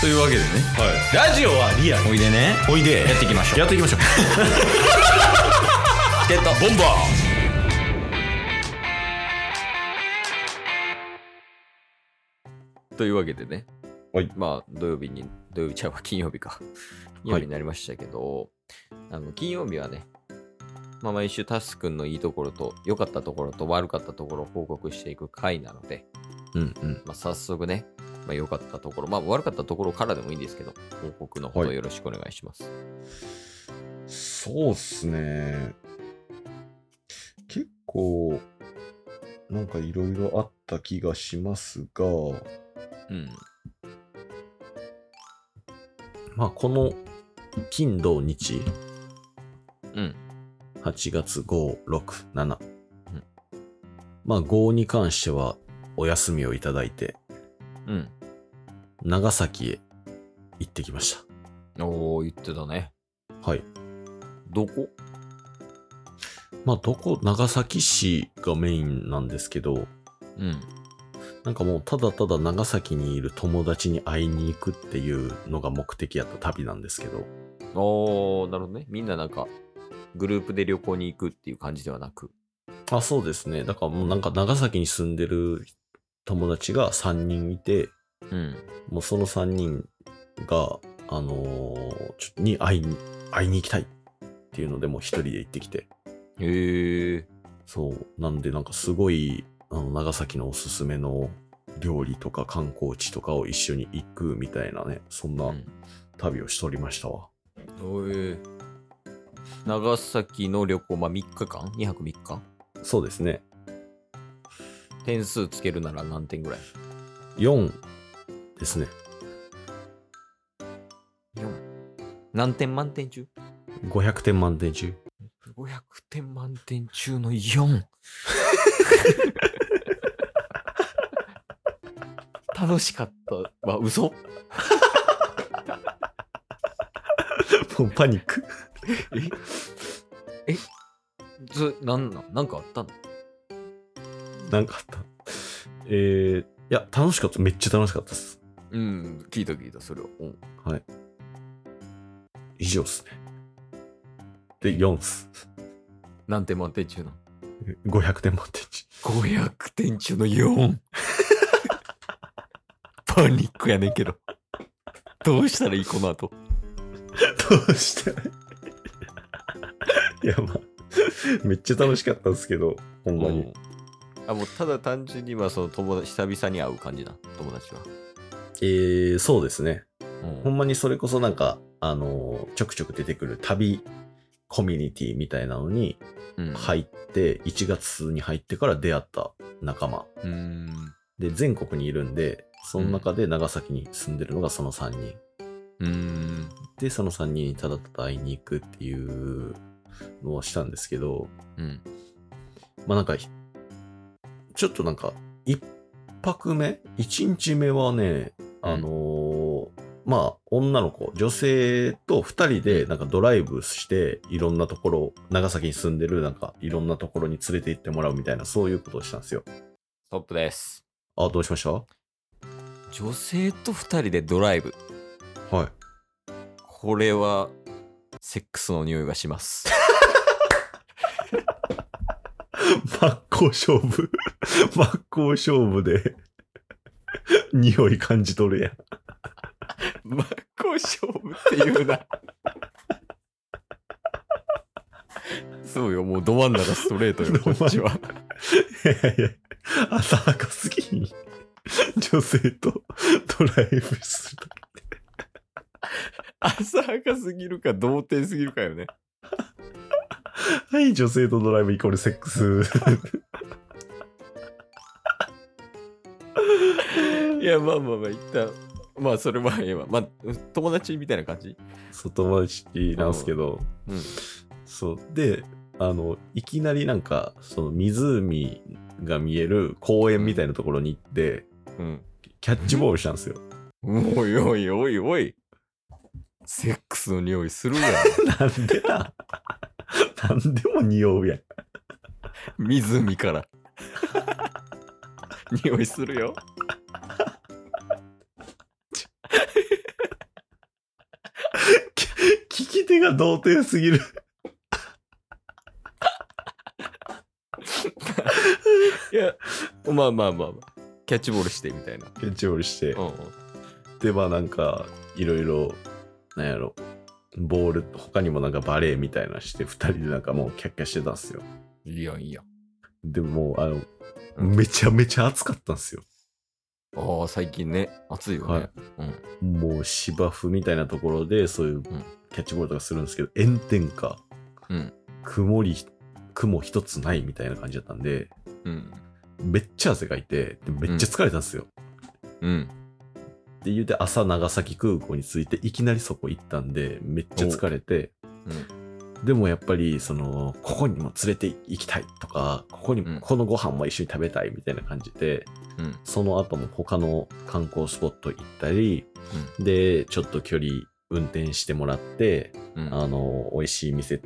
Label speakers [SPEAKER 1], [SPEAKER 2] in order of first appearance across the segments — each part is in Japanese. [SPEAKER 1] というわけでね
[SPEAKER 2] ラジオはリアル
[SPEAKER 1] おいでね
[SPEAKER 2] おいで
[SPEAKER 1] やっていきましょう
[SPEAKER 2] やってい きましょう
[SPEAKER 1] チケットボンバーというわけでね、
[SPEAKER 2] はい
[SPEAKER 1] まあ土曜日に土曜日ちゃうわ金曜日か金曜日になりましたけど、あの金曜日はね、まあ、毎週タスくんのいいところと良かったところと悪かったところを報告していく回なので、
[SPEAKER 2] うんうん
[SPEAKER 1] まあ、早速ね、まあ、良かったところ、まあ、悪かったところからでもいいんですけど、報告のほど
[SPEAKER 2] はい
[SPEAKER 1] よろしくお願いします。
[SPEAKER 2] そうっすね結構なんかいろいろあった気がします
[SPEAKER 1] う
[SPEAKER 2] が
[SPEAKER 1] ん。
[SPEAKER 2] まあこの金土日
[SPEAKER 1] うん。
[SPEAKER 2] 8月567、
[SPEAKER 1] うん
[SPEAKER 2] まあ5に関してはお休みをいただいて
[SPEAKER 1] うん。
[SPEAKER 2] 長崎へ行ってきまし
[SPEAKER 1] おー、言ってたね。
[SPEAKER 2] たはい
[SPEAKER 1] どこ
[SPEAKER 2] まあどこ長崎市がメインなんですけど
[SPEAKER 1] うん。
[SPEAKER 2] なんかもうただただ長崎にいる友達に会いに行くっていうのが目的やった旅なんですけど
[SPEAKER 1] おー、なるほどね。みんななんか、グループで旅行に行くっていう感じではなく。
[SPEAKER 2] あそうですねだからもうなんか長崎に住んでる友達が3人いて
[SPEAKER 1] うん。
[SPEAKER 2] もうその3人があのーちょに会いに会いに行きたいっていうのでもう一人で行ってきて
[SPEAKER 1] へー。
[SPEAKER 2] そうなんでなんかすごいあの長崎のおすすめの料理とか観光地とかを一緒に行くみたいなねそん
[SPEAKER 1] う。
[SPEAKER 2] なん旅をしておりましたわ、
[SPEAKER 1] おえ長崎の旅行、まあ、3日間 ?2 泊3日
[SPEAKER 2] そうですね
[SPEAKER 1] 点数つけるなら何点ぐらい
[SPEAKER 2] 4ですね
[SPEAKER 1] ?4。何点満点中
[SPEAKER 2] 500点満点中
[SPEAKER 1] ?500 点満点中の4。楽しかったは嘘
[SPEAKER 2] もうパニック
[SPEAKER 1] ずなんなんなんかあったの
[SPEAKER 2] なんかあったえー、いや楽しかっためっちゃ楽しかったです
[SPEAKER 1] うん、聞いた聞いた、それは。うん、
[SPEAKER 2] はい以上っすねで4っす
[SPEAKER 1] 何点満点中の
[SPEAKER 2] 500点満点中
[SPEAKER 1] ?500 点中の4。パニックやねんけど。どうしたらいいこの後。
[SPEAKER 2] どうして いやまあ めっちゃ楽しかったんですけどほんまに、
[SPEAKER 1] うんあ、もうただ単純にはその友達、久々に会う感じな、友達は。
[SPEAKER 2] えー、そうですね
[SPEAKER 1] う
[SPEAKER 2] ほんまにそれこそなんかあのーちょくちょく出てくる旅コミュニティみたいなのに
[SPEAKER 1] ん。うん、い。
[SPEAKER 2] 入って、1月に入ってから出会った仲間。
[SPEAKER 1] うーん。
[SPEAKER 2] で、全国にいるんで、その中で長崎に住んでるのがその3人。
[SPEAKER 1] うーん。
[SPEAKER 2] で、その3人にただただ会いに行くっていうのをしたんですけど、
[SPEAKER 1] うん。
[SPEAKER 2] まあなんか、ひちょっとなんか、1泊目 ?1 日目はね、あのーまあ、女の子、女性と2人でなんかドライブして、いろんなところ、長崎に住んでるなんか、いろんなところに連れて行ってもらうみたいな、そういうことをしたんですよ。
[SPEAKER 1] ストップです。
[SPEAKER 2] あ、どうしましたは
[SPEAKER 1] 女性と2人でドライブ。
[SPEAKER 2] い。
[SPEAKER 1] これは、セックスの匂いがします。
[SPEAKER 2] 真っ向勝負。 真っ向勝負で、匂い感じ取るやん。
[SPEAKER 1] 真っ向勝負っていうなそうよもうど真ん中ストレートよこっちは
[SPEAKER 2] いやいや、浅はかすぎん。女性とドライブする。
[SPEAKER 1] 浅はかすぎるか童貞すぎるかよね
[SPEAKER 2] はい、女性とドライブイコールセッ クス。
[SPEAKER 1] いやまあまあまあ一旦まあそれはええわまあ友達みたいな感じ
[SPEAKER 2] 外回しなんすけど、
[SPEAKER 1] うん
[SPEAKER 2] そう。で、あの、いきなりなんか、その湖が見える公園みたいなところに行って、
[SPEAKER 1] うん
[SPEAKER 2] キャッチボールしたんですよ。
[SPEAKER 1] おいおいおいおいセックスの匂いするやん
[SPEAKER 2] なんでな。なんでも匂うやん。
[SPEAKER 1] 湖から 匂いするよ
[SPEAKER 2] 手が童貞すぎる。
[SPEAKER 1] いや、まあまあまあ、まあ、キャッチボールしてみたいな。
[SPEAKER 2] キャッチボールして
[SPEAKER 1] う。んうん。
[SPEAKER 2] で、まあなんか、いろいろ、なんやろ、ボール、他にもなんかバレーみたいなして、二人でなんかもうキャッキャしてたんですよ。
[SPEAKER 1] いいやんいいやん。
[SPEAKER 2] でももう、あ
[SPEAKER 1] う
[SPEAKER 2] の、
[SPEAKER 1] ん
[SPEAKER 2] めちゃめちゃ暑かったんですよ。
[SPEAKER 1] ああ、最近ね、暑いよね。
[SPEAKER 2] はい
[SPEAKER 1] うん。
[SPEAKER 2] もう芝生みたいなところで、そういうキャッチボールとかするんですけど、炎天下、
[SPEAKER 1] うん
[SPEAKER 2] 曇り、雲一つないみたいな感じだったんで、
[SPEAKER 1] うん。
[SPEAKER 2] めっちゃ汗かいて、でめっちゃ疲れたんですよ。
[SPEAKER 1] うん。
[SPEAKER 2] って言うて朝長崎空港に着いていきなりそこ行ったんでめっちゃ疲れて、でもやっぱりそのここにも連れて行きたいとかここに
[SPEAKER 1] うん
[SPEAKER 2] このご飯も一緒に食べたいみたいな感じで、
[SPEAKER 1] うん
[SPEAKER 2] その後も他の観光スポット行ったり、でちょっと距離運転してもらって、
[SPEAKER 1] うん。
[SPEAKER 2] あの美味しい店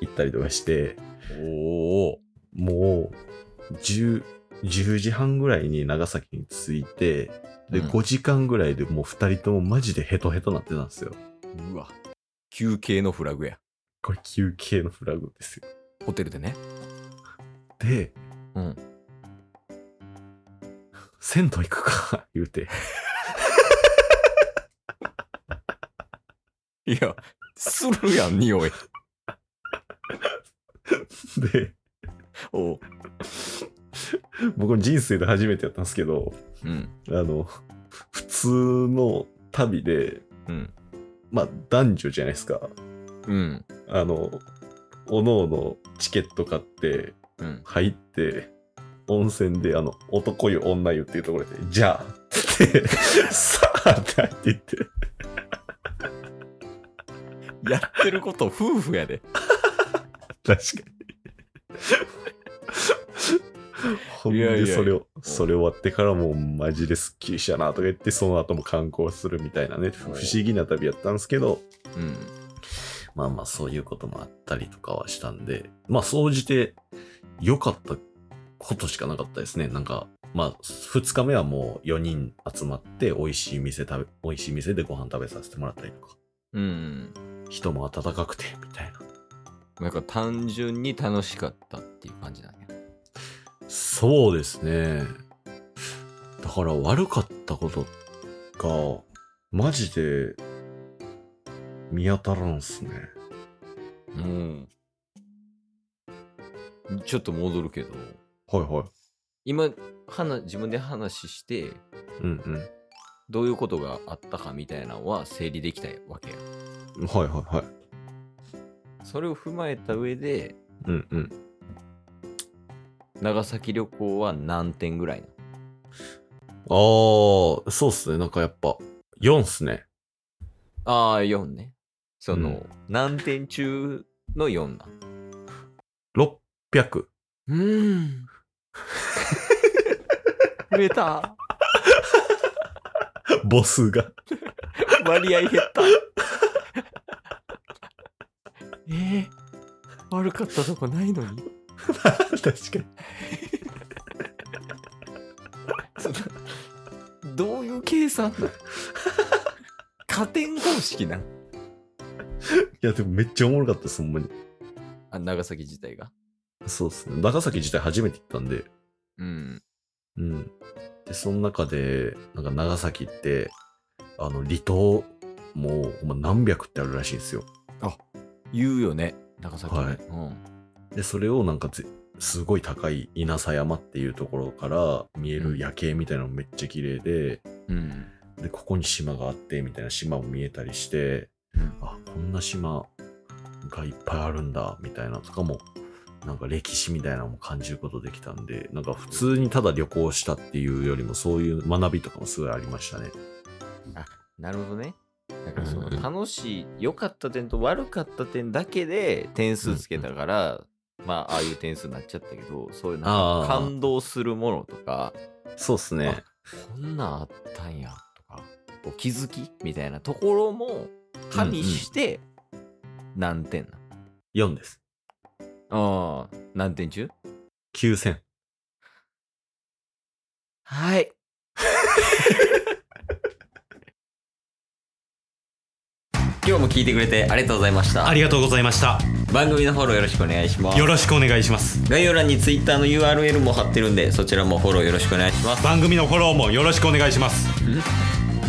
[SPEAKER 2] 行ったりとかして
[SPEAKER 1] おお。
[SPEAKER 2] もう 10, 10時半ぐらいに長崎に着いてで、
[SPEAKER 1] うん
[SPEAKER 2] 5時間ぐらいでもう2人ともマジでヘトヘトなってたんですよ。
[SPEAKER 1] うわ。休憩のフラグや。
[SPEAKER 2] これ休憩のフラグですよ。
[SPEAKER 1] ホテルでね。
[SPEAKER 2] で、
[SPEAKER 1] うん。
[SPEAKER 2] 銭湯行くか、 言うて。
[SPEAKER 1] いや、するやん、匂い。
[SPEAKER 2] で、
[SPEAKER 1] おう。
[SPEAKER 2] 僕の人生で初めてやったんですけど、
[SPEAKER 1] うん。
[SPEAKER 2] あの、普通の旅で、
[SPEAKER 1] うん。
[SPEAKER 2] まあ男女じゃないですか。
[SPEAKER 1] うん。
[SPEAKER 2] あの、おのおのチケット買って、
[SPEAKER 1] うん。
[SPEAKER 2] 入って、温泉で、あの、男湯女湯っていうところで、じゃあって、 さあって入っていって、
[SPEAKER 1] やってること夫婦やで。
[SPEAKER 2] 確かに。ほん
[SPEAKER 1] いやいやい
[SPEAKER 2] で
[SPEAKER 1] や
[SPEAKER 2] それを、それ終わってからもうマジですっきりしたなとか言って、その後も観光するみたいなね、不
[SPEAKER 1] おう
[SPEAKER 2] 思議な旅やったんですけど、
[SPEAKER 1] うん。
[SPEAKER 2] まあまあそういうこともあったりとかはしたんで、まあ総じて良かったことしかなかったですね。なんか、まあ2日目はもう4人集まって美味しい店食べ、美味しい店でご飯食べさせてもらったりとか、
[SPEAKER 1] うん。
[SPEAKER 2] 人も温かくてみたいな。
[SPEAKER 1] なんか単純に楽しかったっていう感じなんや。
[SPEAKER 2] そうですね。だから悪かったことが、マジで見当たらんっすね。
[SPEAKER 1] うん。ちょっと戻るけど、
[SPEAKER 2] はいはい。
[SPEAKER 1] 今、話自分で話して、
[SPEAKER 2] うん
[SPEAKER 1] どういうことがあったかみたいなのは整理できたわけや。
[SPEAKER 2] うん。はいはいはい。
[SPEAKER 1] それを踏まえた上で、
[SPEAKER 2] うんうん。
[SPEAKER 1] 長崎旅行は何点ぐらいな
[SPEAKER 2] ああ、そうっすね。なんかやっぱ、4っすね。
[SPEAKER 1] ああ、4ね。その、
[SPEAKER 2] うん
[SPEAKER 1] 何点中の4な。
[SPEAKER 2] 600。
[SPEAKER 1] うーん。 増えた。
[SPEAKER 2] 母数が。
[SPEAKER 1] 割合減った。 えー、悪かったとこないのに。
[SPEAKER 2] 確かに。
[SPEAKER 1] その どういう計算なの加点方式なん
[SPEAKER 2] いや、でもめっちゃおもろかったです、ほんまに。
[SPEAKER 1] あ長崎自体が。
[SPEAKER 2] そうっすね。長崎自体初めて行ったんで。
[SPEAKER 1] うん。
[SPEAKER 2] うん。で、その中で、なんか長崎って、あの、離島、もう、ほんま何百ってあるらしいんですよ。
[SPEAKER 1] 言うよね、長崎ね。
[SPEAKER 2] はいで、それをなんかぜ、すごい高い稲佐山っていうところから見える夜景みたいなのめっちゃ綺麗で、
[SPEAKER 1] うん。うん。
[SPEAKER 2] で、ここに島があって、みたいな島も見えたりして、
[SPEAKER 1] うん
[SPEAKER 2] あ、こんな島がいっぱいあるんだ、みたいなとかも、なんか歴史みたいなのも感じることできたんで、なんか普通にただ旅行したっていうよりも、そういう学びとかもすごいありましたね。
[SPEAKER 1] なるほどね。だからその
[SPEAKER 2] うんうん
[SPEAKER 1] 楽しい、良かった点と悪かった点だけで点数つけたから、まあ、ああいう点数になっちゃったけど、そういうなん
[SPEAKER 2] あ
[SPEAKER 1] か
[SPEAKER 2] ー
[SPEAKER 1] 感動するものとか、
[SPEAKER 2] そうっすね。
[SPEAKER 1] こんなんあったんやとか、お気づきみたいなところも加味して、何点なの
[SPEAKER 2] 4です。
[SPEAKER 1] ああ、何点中
[SPEAKER 2] 9000。
[SPEAKER 1] はい。
[SPEAKER 3] 今日も聞いてくれてありがとうございました
[SPEAKER 4] ありがとうございました
[SPEAKER 3] 番組のフォローよろしくお願いします
[SPEAKER 4] よろしくお願いします
[SPEAKER 3] 概要欄に Twitter の URL も貼ってるんでそちらもフォローよろしくお願いします
[SPEAKER 4] 番組のフォローもよろしくお願いします